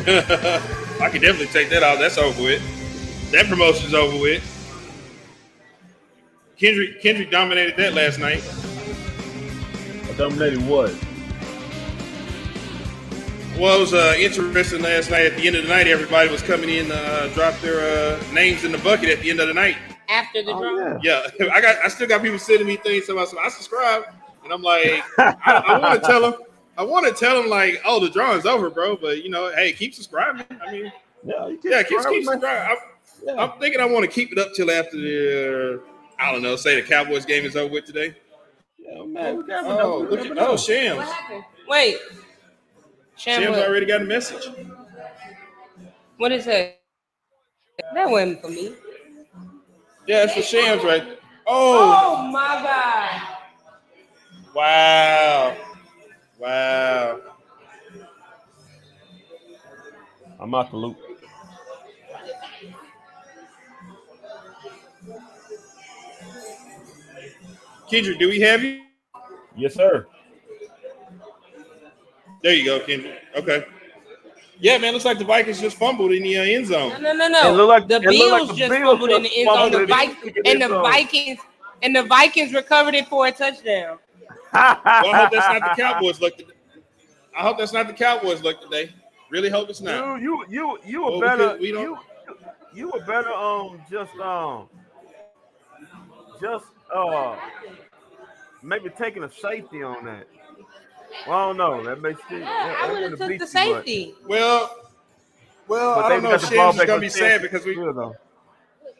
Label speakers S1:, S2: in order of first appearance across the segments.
S1: I could definitely take that out. That's over with. That promotion's over with. Kendrick Kendrick dominated that last night.
S2: I dominated what?
S1: Well, it was uh, interesting last night. At the end of the night, everybody was coming in, uh, dropped their uh, names in the bucket at the end of the night.
S3: After the drama.
S2: Oh,
S1: Yeah, I got, I still got people sending me things about. So I subscribe, and I'm like, I, I want to tell them, I want to tell them like, oh, the drawing's over, bro. But you know, hey, keep subscribing. I mean,
S2: yeah, you
S1: yeah, keep,
S2: subscribe,
S1: keep
S2: man.
S1: subscribing.
S2: Yeah.
S1: I'm, I'm thinking I want to keep it up till after the, I don't know, say the Cowboys game is over with today.
S2: Yeah, man, we never know.
S1: Oh,
S2: We
S1: look
S2: never
S1: at,
S2: know.
S1: oh, Shams.
S3: What happened? Wait. Sham,
S1: Shams
S3: what-
S1: already got a message.
S3: what is that? That wasn't for me.
S1: Yeah, it's the Shams right. Oh,
S3: Oh my god.
S2: Oh.
S1: wow, wow.
S2: I'm out the loop.
S1: Kendrick, do we have you?
S2: Yes, sir.
S1: There you go, Kendrick. Okay. Yeah, man, looks like the Vikings just fumbled in the uh, end
S3: No,
S1: zone.
S3: no, no, no.
S2: It looked like-
S3: the
S2: it looked
S3: Bills
S2: like the
S3: just
S2: Bills
S3: fumbled in the end zone.
S2: fumbled in
S3: The
S2: the
S3: Vikings
S2: freaking
S3: and
S2: end
S3: the
S2: zone.
S3: Vikings and the Vikings recovered it for a touchdown.
S1: Well, I hope that's not the Cowboys' luck. Today. I hope that's not the Cowboys' luck today. Really hope it's not.
S2: You, you, you, you
S1: Well,
S2: were
S1: we
S2: better.
S1: could- we don't-
S2: you, you were better. Um, just um, just uh, maybe taking a safety on that. Well, I don't know. That makes it.
S3: Yeah, I would have took the safety.
S1: Well, well,
S2: But
S1: I
S2: they
S1: don't know.
S2: got the ball
S1: Shams is
S2: back
S1: gonna
S2: on
S1: be
S2: the
S1: sad
S2: field.
S1: because we.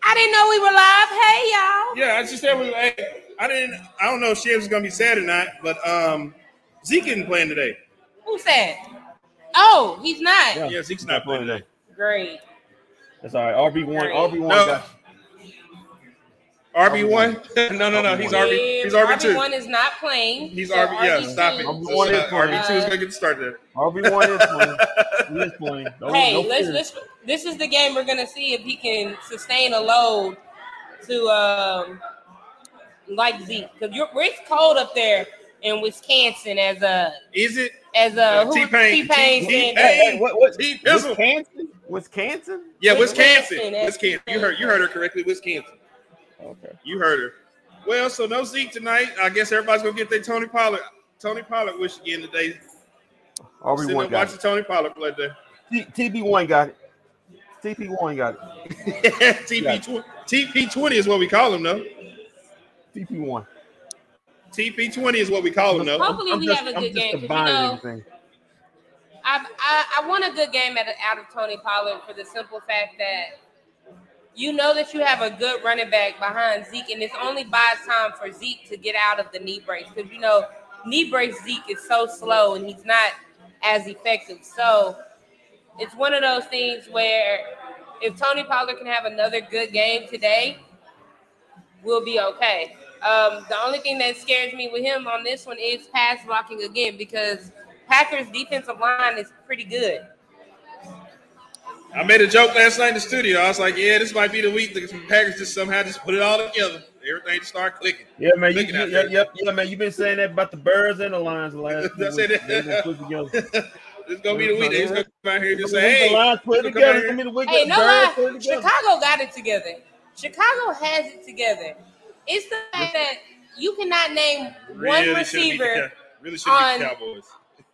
S3: I didn't know we were live. Hey y'all.
S1: Yeah, I just said we. Hey, I didn't. I don't know if Shams is gonna be sad or not, but um, Zeke isn't playing today.
S3: Who's that? Oh, he's not.
S2: Yeah.
S1: Yeah, Zeke's not playing today.
S3: Great.
S2: That's all right. RB one. RB one.
S1: No.
S2: Got,
S1: RB one? no, no, no. He's RB. He's RB two.
S3: One is not playing.
S1: He's
S3: so
S1: RB. Yeah,
S3: RB2
S1: stop it.
S2: I'm going in for it.
S1: RB two
S3: Uh,
S1: is gonna get started.
S2: RB one is playing. He is playing. No,
S3: Hey,
S2: no
S3: let's,
S2: fear.
S3: let's. This is the game we're gonna see if he can sustain a load to um like Zeke because it's cold up there in Wisconsin as a
S1: Is it?
S3: as
S1: Uh,
S3: a who-
S1: T-Pain.
S3: T-Pain
S1: T-
S3: said
S2: Hey,
S3: that.
S2: hey, what, what,
S1: He pissed.
S2: Wisconsin? Wisconsin?
S1: Yeah,
S3: Wisconsin.
S1: Wisconsin. Wisconsin. You heard you heard her correctly. Wisconsin.
S2: Okay.
S1: You heard her. Well, so no Zeke tonight. I guess everybody's gonna get their Tony Pollard. Tony Pollard wish again today.
S2: RB
S1: Sitting
S2: one
S1: up
S2: got
S1: watching
S2: it.
S1: Tony Pollard play today.
S2: TB one got it. TB one got it.
S1: TP tw- TP twenty is what we call him though.
S2: TP one.
S1: TP twenty is what we call him though.
S3: Hopefully we have a good game, 'cause you
S2: combining
S3: know-
S2: everything.
S3: I, I I want a good game at, out of Tony Pollard for the simple fact that you know that you have a good running back behind Zeke, and it's only buys time for Zeke to get out of the knee brace because you know knee brace Zeke is so slow and he's not as effective. So it's one of those things where if Tony Pollard can have another good game today, we'll be okay. Um, the only thing that scares me with him on this one is pass blocking again because Packers defensive line is pretty good.
S1: I made a joke last night in the studio. I was like, "Yeah, this might be the week that the Packers just somehow just put it all together. Everything just start clicking."
S2: Yeah, man. You,
S1: Looking
S2: you,
S1: out
S2: yeah,
S1: there.
S2: yeah, yeah, man. You've been saying that about the birds and the lions the last. few
S1: I said
S2: weeks.
S1: that.
S2: They've been put together.
S1: It's gonna be the week. They just gonna come out here and just say,
S2: the
S1: "Hey,
S2: lions put it
S1: you come
S2: together.
S1: out
S2: Give me the wicked
S3: Hey, no
S2: birds
S3: lie,
S2: put it together.
S3: Chicago got it together. Chicago has it together. It's the fact that you cannot name one
S1: really should be the
S3: receiver
S1: Cow- really should be the
S3: on-
S1: Cowboys."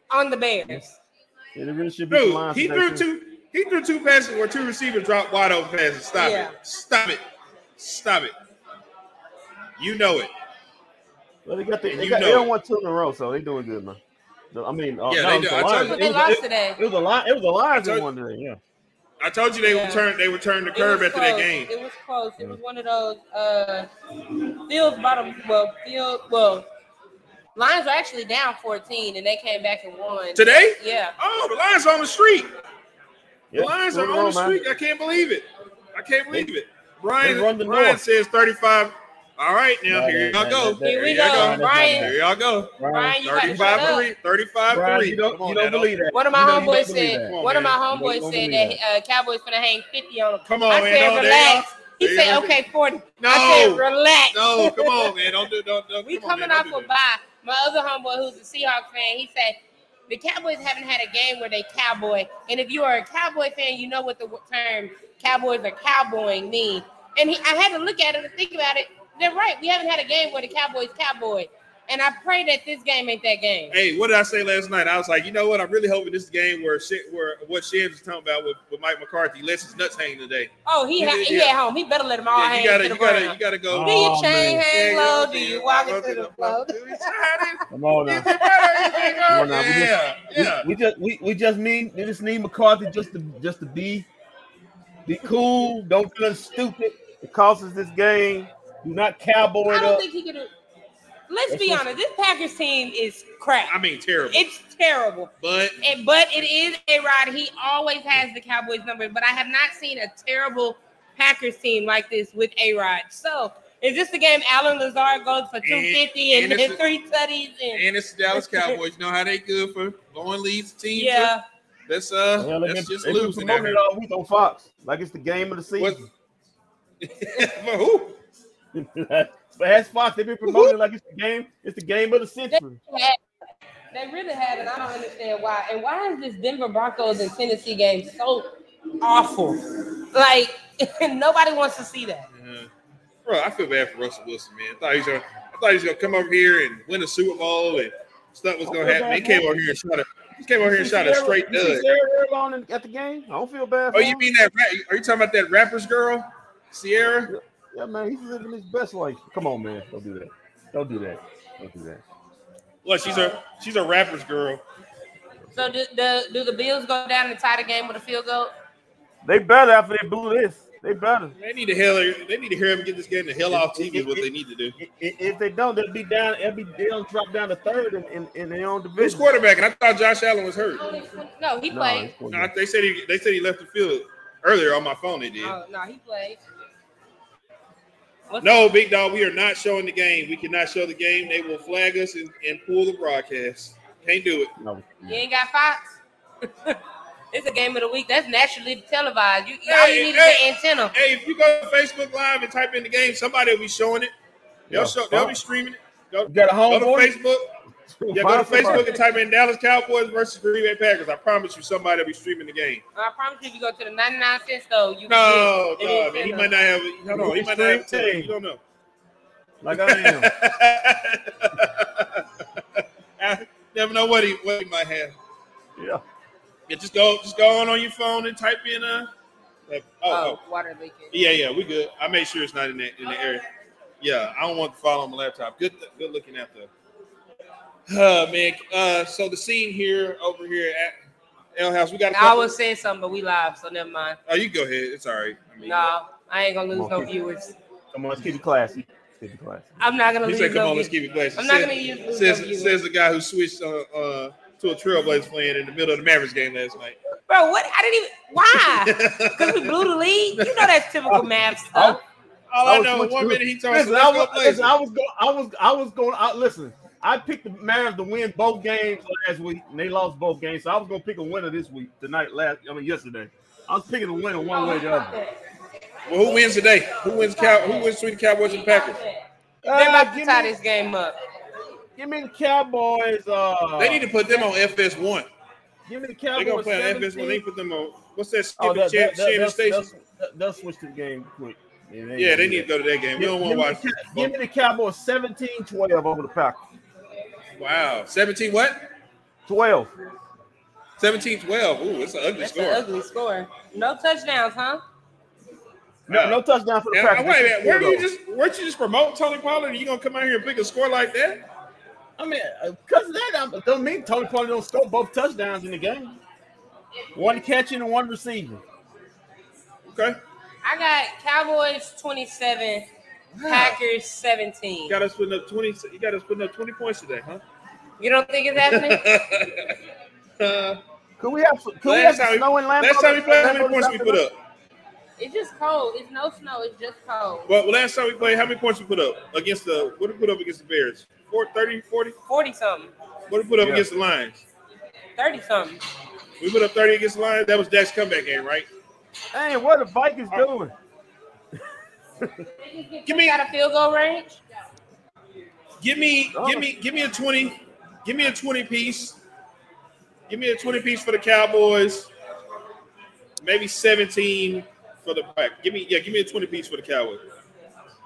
S3: on the Bears.
S2: It really should be the
S1: Dude,
S2: lions.
S1: he
S2: today,
S1: threw
S2: too.
S1: two. He threw two passes where two receivers dropped wide open passes. Stop
S3: Yeah.
S1: it! Stop it! Stop it! You know it.
S2: Well, they got the,
S1: And
S2: they,
S1: you
S2: got,
S1: know
S2: they don't
S1: it.
S2: want two in a row, so they doing good, man. The- I mean, uh,
S1: Yeah,
S2: no,
S1: they
S2: it was
S1: do.
S2: the
S1: I told you.
S2: lions.
S3: But
S2: It
S3: they
S2: was-
S3: lost
S2: it-
S3: today.
S2: It was a lion. It was a lion
S1: I
S2: that
S1: told-
S2: won today. Yeah.
S1: I told you they
S3: Yeah.
S1: would turn. They would turn the
S3: It was
S1: curve after that
S3: close.
S1: game.
S3: It was close. It was one of those uh field bottom well field well Lions were actually down 14 and they came back and won.
S1: Today?
S3: Yeah.
S1: Oh, the Lions are on the street.
S2: yeah.
S1: The Lions
S2: two
S1: are
S2: in a
S1: on
S2: row,
S1: the
S2: man.
S1: street. I can't believe it. I can't believe it. Brian,
S2: they run the
S1: Brian
S2: north.
S1: says 35. All right, now
S2: Nah,
S1: here
S2: nah,
S1: y'all go.
S2: nah, nah,
S3: Here we
S1: There y'all
S2: Brian,
S3: go. Brian,
S1: Here y'all go.
S3: Brian, you gotta shut
S1: 35
S3: up.
S1: 3. 35
S2: Brian,
S1: 3.
S2: you don't,
S1: Come on,
S2: you don't
S1: Nano.
S2: believe that.
S3: One of my
S2: You know you
S3: homeboys
S2: don't believe
S1: that.
S3: said. One of my
S2: Come on,
S3: homeboys
S2: man.
S3: said
S2: You know you
S3: that uh, Cowboys gonna hang fifty on him.
S1: Come on,
S3: I
S1: man.
S3: said
S1: No, there y'all-
S3: relax. He
S1: there
S3: said
S1: y'all-
S3: okay forty. I
S1: No.
S3: said relax.
S1: No, come on, man. Don't do don't, don't
S3: we
S1: come on,
S3: coming
S1: man.
S3: off
S1: Don't do
S3: a
S1: that.
S3: bye. My other homeboy who's a Seahawks fan, he said The Cowboys haven't had a game where they cowboy. And if you are a cowboy fan, you know what the term cowboys are cowboying mean. And he, I had to look at it and think about it. They're right. We haven't had a game where the Cowboys cowboy. And I pray that this game ain't that game.
S1: Hey, what did I say last night? I was like, you know what? I'm really hoping this game where shit, where what Shams was talking about with, with Mike McCarthy lets his nuts hang today.
S3: Oh, he
S1: Yeah,
S3: ha- he
S1: yeah.
S3: at home. He better let them all
S1: Yeah,
S3: hang
S1: you gotta,
S3: to the
S1: you gotta, you
S3: ground.
S1: gotta go.
S3: do your
S2: Oh,
S3: chain
S2: man.
S3: hang low? Do
S1: yeah,
S3: you
S1: yeah,
S3: walk
S1: yeah,
S3: into
S1: yeah,
S3: the floor?
S1: yeah, yeah.
S2: Come on now. Come on now. We just-
S1: Yeah, yeah.
S2: We, we just we, we just need we just need McCarthy just to just to be be cool. Don't feel stupid.
S4: It costs us this game.
S2: Do not cowboy
S3: I
S2: it
S3: don't
S2: up.
S3: think he could. Let's
S2: That's
S3: be
S2: just-
S3: honest. This Packers team is crap.
S1: I mean, terrible.
S3: it's terrible.
S1: but
S3: And, but it is a rod. He always has the Cowboys number. But I have not seen a terrible Packers team like this with a rod. So is this the game Alan Lazard goes for two fifty and,
S1: and it's-
S3: and three tutties and,
S1: and it's the Dallas Cowboys. You know how they good for going leads teams.
S3: yeah?
S1: That's uh,
S2: Hell, they've
S1: that's
S2: been-
S1: just
S2: they've been
S1: losing. out
S2: promoting
S1: here.
S2: it all week
S4: On Fox, like it's the game of the season.
S1: What? For who?
S2: but that's Fox. They've been promoting it like it's the game. It's the game of the century.
S3: They really have, and I don't understand why. And why is this Denver Broncos and Tennessee game so awful? Like nobody wants to see that.
S1: Uh, bro, I feel bad for Russell Wilson, man. I thought he was gonna, I thought he was gonna come over here and win a Super Bowl and stuff was
S4: I
S1: gonna
S4: feel
S1: happen.
S4: bad
S1: He came
S4: for
S1: over here and shot a, he came over here and
S4: You
S1: shot
S4: see
S1: a
S4: Sarah-
S1: straight
S4: you see
S1: dud.
S4: Sarah Erlon in- at the game. I don't feel bad.
S1: Oh,
S4: for
S1: you
S4: him.
S1: mean that? Rap, are you talking about that rapper's girl, Sierra?
S4: Yeah, man, he's living his best life. Come on, man, don't do that.
S2: Don't do that. Don't do that.
S1: Well, she's a she's a rapper's girl.
S3: So do the do the Bills go down and tie the game with a field goal?
S4: They better after they blew this. They better.
S1: They need to hell. They need to hear him get this game the hell off TV. Is what they need to do.
S2: I- i- If they don't, they'll be down. They'll be they'll drop down to third in, in, in their own
S1: Who's
S4: division.
S1: quarterback? And I thought Josh Allen was hurt.
S3: No, he
S4: No,
S3: played.
S4: it's-
S1: No, they said he they said he left the field earlier on my phone. They did.
S3: Oh, no, he played. What's
S1: No, big dog, we are not showing the game. We cannot show the game. They will flag us and, and pull the broadcast. Can't do it.
S2: no.
S3: You ain't got Fox. it's a game of the week. That's naturally televised. You, all you
S1: Hey,
S3: need
S1: hey.
S3: is the antenna.
S1: Hey, if you go to Facebook Live and type in the game, somebody will be showing it. They'll
S2: Yeah.
S1: show. They'll be streaming it. Go,
S2: You got a
S1: go to
S2: homeboy.
S1: Facebook. Yeah, go to
S2: Find somebody.
S1: Facebook and type in Dallas Cowboys versus Green Bay Packers. I promise you, somebody will be streaming the game.
S3: I promise you, if you go to the 99 cent store, you
S1: No,
S3: can get
S1: no,
S3: an
S1: man, he
S3: antenna.
S1: might not have. Hold on, he might not have. a team. You don't know.
S2: Like I am.
S1: I never know what he what he might have.
S4: Yeah.
S1: Yeah, just go just go on on your phone and type in uh. like- oh, oh,
S3: Oh, water leaking.
S1: yeah, yeah, we good. I made sure it's not in that in the area. Yeah, I don't want to fall on my laptop. Good, good looking at the. Uh man, uh, so the scene here over here at L House, we got. A
S3: I
S1: couple,
S3: was saying something, but we live, so never mind.
S1: Oh, you go ahead. It's all right. I mean,
S3: No, I ain't gonna lose
S4: Come on,
S3: no viewers.
S4: Come on, let's keep it classy. Keep it classy.
S3: I'm not gonna
S1: He
S3: lose
S1: said, "Come
S3: no
S1: on, let's
S3: viewers.
S1: keep it classy."
S3: I'm not
S1: Says-
S3: gonna use lose no
S1: Says,
S3: viewers.
S1: says the guy who switched uh, uh, to a Trailblazers fan in the middle of the Mavericks game last night.
S3: Bro, what? I didn't even. Why? Because we blew the lead. You know that's typical Mavs stuff.
S1: All
S2: I
S1: I
S2: was
S1: know,
S2: with
S1: one
S2: you.
S1: minute he talks
S2: Listen,
S1: about
S2: I
S1: the
S2: was,
S1: Blazers.
S2: listen, I was going. I was. I was going. I, listen, I picked the Mavs to win both games last week, and they lost both games. So I was gonna pick a winner this week, tonight, last. I mean, yesterday. I was picking a winner one way or the other.
S1: Well, who wins today? Who wins? Cow- who wins between the Cowboys and Packers?
S3: They're
S2: Uh,
S3: about to
S2: give,
S3: tie
S2: me,
S3: this game up.
S2: give me the Cowboys. Uh,
S1: They need to put them on FS1.
S2: give me
S1: They
S2: the
S1: gonna
S2: Cowboys.
S1: play on FS1. They
S2: 17.
S1: put them on. What's that
S2: Oh,
S1: stupid
S2: that,
S1: Chan-
S2: that, that,
S1: Shannon
S2: that's-
S1: station?
S2: that's- that- They'll switch the game quick.
S1: yeah, they need to go to that game. We don't want to watch.
S2: Give, give me the Cowboys 17 12 over the Packers.
S1: Wow, seventeen what?
S4: 12.
S1: 17-12. Ooh, it's an ugly
S3: That's
S1: score.
S3: an ugly score. No touchdowns, huh?
S2: No,
S1: Wow.
S2: no touchdown for the
S1: Now,
S2: Packers.
S1: wait a
S2: Just
S1: minute, where
S2: field
S1: you
S2: goal.
S1: just weren't you just promote Tony Pollard? you gonna come out here and pick a score like that?
S2: I mean, because of that I- don't mean Tony Pollard don't score both touchdowns in the game. One catching and one receiving.
S1: Okay.
S3: I got Cowboys 27, Packers 17.
S1: You got us putting up 20 you got us putting up 20 points today, huh?
S3: You don't think it's happening?
S1: Uh,
S4: Could we have some, could we have
S1: last,
S4: some
S1: time we,
S4: snow in Lambeau?
S1: last time we played, how many
S4: Lambeau
S1: points we
S4: South
S1: put
S4: Carolina?
S1: up?
S3: it's just cold. It's no snow. It's just cold.
S1: Well, last time we played, how many points we put up against the what did we put up against the Bears? 4, 30, 40?
S3: 40 something,
S1: What did we put up
S4: Yeah.
S1: against the Lions?
S3: 30 something.
S1: We put up 30 against the Lions. That was Dak's comeback game, right?
S4: Hey, what the Vikings
S1: Uh,
S4: doing?
S1: Give me-
S3: got a field goal range.
S1: Give me,
S4: Oh.
S1: give me, give me a 20, give me a 20 piece Give me a 20 piece for the Cowboys. Maybe 17 for the back. Give me yeah, give me a 20 piece for the Cowboys.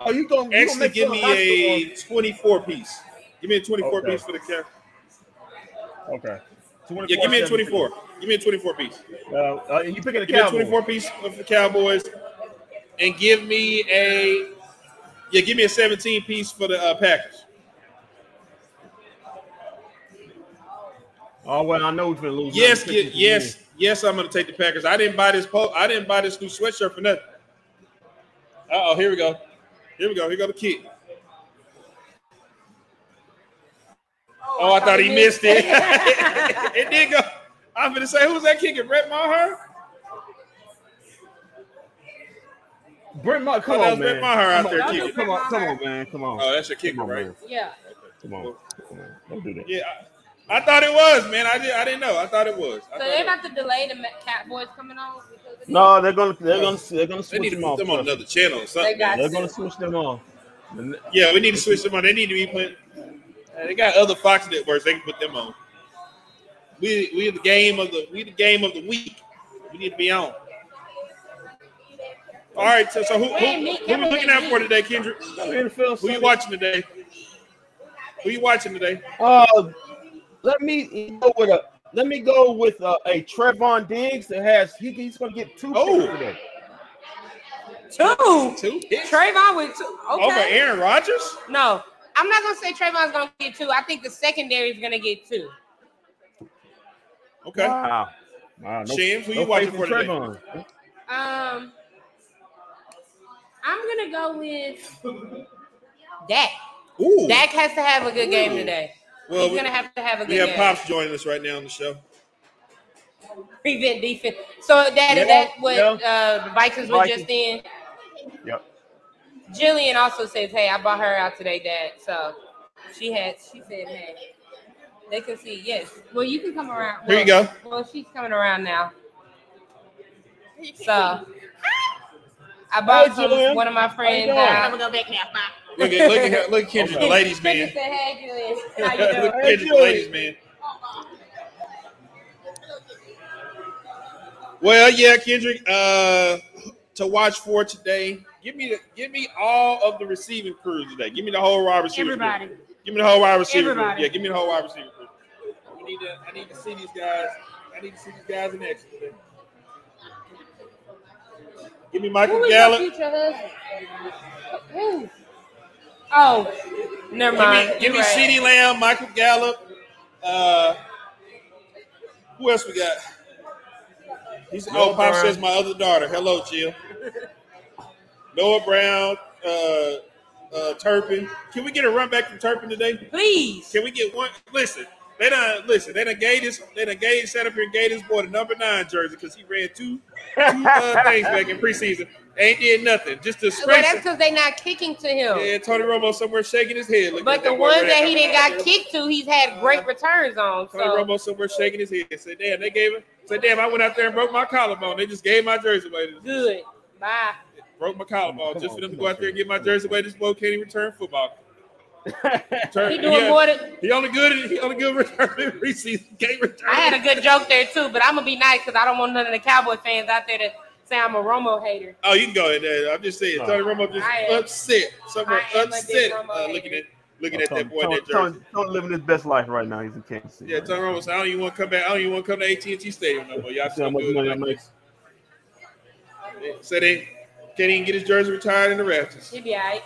S2: Oh, you going to
S1: Actually, give me a 24 piece. Give me a 24
S2: Okay.
S1: piece for the Cowboys.
S2: Okay.
S1: Yeah, give me a 24. Give me a 24 piece.
S2: Uh, uh, you picking the
S1: Give me a
S2: Cowboys?
S1: 24 piece of the Cowboys, and give me a yeah, give me a 17 piece for the uh, Packers.
S2: Oh well, I know we've been losing.
S1: Yes, get, yes, yes. I'm going to take the Packers. I didn't buy this. Po- I didn't buy this new sweatshirt for nothing. Uh oh, here we go. Here we go. Here go the kid. Oh, I thought he missed it. it did go. I'm going to say, who's that kicking? Brett Maher?
S2: Brent Maher, come
S1: Oh, that was
S2: on,
S1: Brett
S2: man.
S1: Maher out
S2: come,
S1: there
S2: on,
S1: kicking.
S2: come on, come on, man, come on,
S1: Oh, that's your
S2: come
S1: kicker,
S2: on,
S1: right?
S2: man.
S3: yeah.
S2: Come on, come on. Don't do that.
S1: Yeah, I, I thought it was, man. I did. I didn't know. I thought it was. I
S3: So
S1: thought
S3: they're
S1: it-
S3: about to delay the Ma- Cowboys coming on. because of this?
S2: No, they're gonna, they're gonna, they're gonna
S1: they
S2: switch
S1: need to
S2: them
S1: put
S2: off.
S1: them on another channel or
S3: They
S1: something.
S3: got
S2: They're
S3: to.
S2: gonna switch them off.
S1: Yeah, we need to switch them on. They need to be playing. Uh, They got other Fox networks. They can put them on. We we the game of the we the game of the week. We need to be on. All right. So, so who who, who we looking at for today, Kendrick?
S2: NFL
S1: Who you
S2: Sunday.
S1: watching today? Who you watching today?
S2: Uh, let me go with a. Let me go with a, a Trevon Diggs that has he, he's gonna get two
S1: Oh.
S2: picks today.
S3: Two.
S1: Two picks
S3: Trayvon with two. Okay.
S1: over Aaron Rodgers.
S3: No, I'm not gonna say Trayvon's gonna get two. I think the secondary is gonna get two.
S1: Okay.
S2: Wow. Wow, no-
S1: Shams, who
S2: no
S1: you watching
S2: faith
S1: for
S2: in
S1: today?
S2: Trevon.
S3: Um, I'm gonna go with Dak.
S1: Ooh.
S3: Dak has to have a good game
S1: Ooh.
S3: today.
S1: Well,
S3: He's
S1: we,
S3: gonna have to have a
S1: we
S3: good
S1: have
S3: game.
S1: Pops joining us right now on the show.
S3: Prevent defense. So that
S2: Yeah,
S3: that what
S2: yeah.
S3: uh, the Vikings were
S2: Vikings.
S3: just in.
S2: Yep.
S3: Jillian also says, "Hey, I bought her out today, Dad." So she had. She said, "Hey, they can see." Yes. Well, you can come around.
S1: Here you
S3: Well,
S1: go.
S3: Well, she's coming around now. So I bought
S2: Hey,
S3: some-
S2: Jillian.
S3: one of my friends
S2: doing?
S5: I'm
S3: out.
S5: gonna go back now. Bye.
S1: Look at look at look at Kendrick, the ladies
S3: Kendra
S1: man.
S3: said, "Hey, Jillian,
S1: look
S3: how you doing?"
S1: at Kendrick, the ladies man. Well, yeah, Kendrick. Uh, to watch for today, give me the, give me all of the receiving crew today. Give me the whole wide receiver. crew.
S5: Everybody.
S1: Give me the whole wide receiver. Crew.
S5: Everybody.
S1: Yeah, give me the whole wide receiver. Crew. I need to I need to see these guys. I need to see these guys in action today. Give me
S3: Who
S1: Michael
S3: is your
S1: Gallup.
S3: future husband? Who? Oh, never
S1: Give
S3: mind.
S1: me give me
S3: You're right.
S1: CeeDee Lamb, Michael Gallup. Uh, who else we got? He's oh,
S2: Noah
S1: Pop
S2: Brown.
S1: says my other daughter. Hello, Jill. Noah Brown, uh, uh, Turpin. Can we get a run back from Turpin today?
S3: Please.
S1: Can we get one? Listen, they done listen. They done gave this. They done gave sat up here and gave this boy the number nine jersey because he ran two two uh, things back in preseason. Ain't did nothing. Just a
S3: Well,
S1: scratch.
S3: that's because they not kicking to him.
S1: Yeah, Tony Romo somewhere shaking his head. looking
S3: But
S1: at
S3: the
S1: boy
S3: ones
S1: ran
S3: that he
S1: number
S3: didn't
S1: nine
S3: got
S1: jersey.
S3: kicked to, he's had great returns on.
S1: Tony
S3: So
S1: Romo somewhere shaking his head. Said, "Damn, they gave it." Said, "Damn, I went out there and broke my collarbone. They just gave my jersey away. They
S3: good. Bye.
S1: broke my collarbone
S2: Come
S1: just
S2: on,
S1: for them to
S2: come
S1: go
S2: on,
S1: out there and get my
S2: Jimmy.
S1: jersey away. This boy can't even return football. Turn-
S3: He doing
S1: yeah,
S3: more than
S1: He only good. He only good return in preseason. Can't return.
S3: I had a good joke there too, but I'm gonna be nice because I don't want none of the Cowboy fans out there to say I'm a Romo hater.
S1: Oh, you can go in there. I'm just saying,
S2: No.
S1: Tony Romo just
S3: I am-
S1: upset. Somewhere
S3: I am a
S1: upset
S3: big Romo
S1: uh,
S3: hater.
S1: looking at looking
S2: Oh,
S1: at
S2: Tony-
S1: that boy in that
S2: Tony-
S1: jersey.
S2: Tony- Tony living his best life right now. He's in Kansas City.
S1: Yeah, Tony Romo said, I don't even want to come back. I don't even want to come to AT&T Stadium no more. Y'all
S2: See how
S1: so
S2: much
S1: good.
S2: money I
S1: Like,
S2: make.
S1: said they can't even get his jersey retired in the Raptors.
S3: He be alright.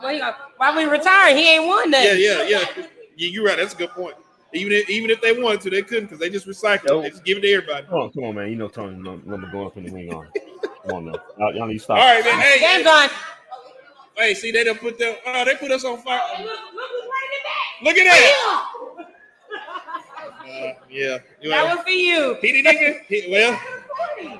S3: Well, he gonna, why we retiring? He ain't won
S1: Yeah,
S3: nothing.
S1: yeah, yeah. yeah you're right. That's a good point. Even if, even if they wanted to, they couldn't because they just recycled. it.
S2: Nope.
S1: They just give it to everybody.
S2: Come on, come on, man. You know Tony number going up in the ring on. Come on now. Y'all, y'all need to stop.
S1: All right, man. Hey,
S3: Game
S1: hey,
S3: gone.
S1: hey, see, they done put them. Oh, they put us on fire. Look at that. Uh, yeah. You
S3: That
S1: know.
S3: was for you.
S1: He didn't even. He, well,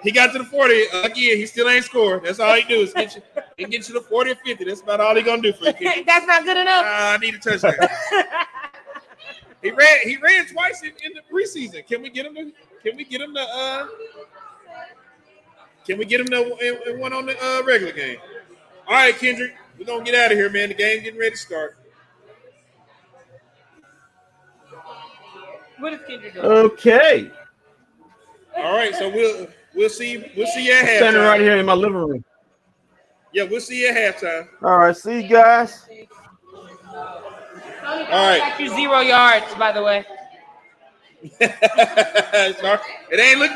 S1: he got to the 40 again. He still ain't scored. That's all he do is get you, he get you to 40 or 50. That's about all he gonna do for you. kid.
S3: That's not good
S1: Uh,
S3: enough.
S1: I need a touchdown. he ran. He ran twice in, in the preseason. Can we get him to? Can we get him to? Uh, can we get him to and, and one on the uh, regular game? All right, Kendrick, we're gonna get out of here, man. The game getting ready to start.
S3: What is Kendrick doing?
S2: Okay.
S1: All right, so we'll we'll see we'll see you at halftime.
S2: Standing right here in my living room.
S1: Yeah, we'll see you at halftime.
S4: All right, see you guys.
S3: All
S1: right.
S3: right. You zero yards, by the way.
S1: Sorry, it ain't looking.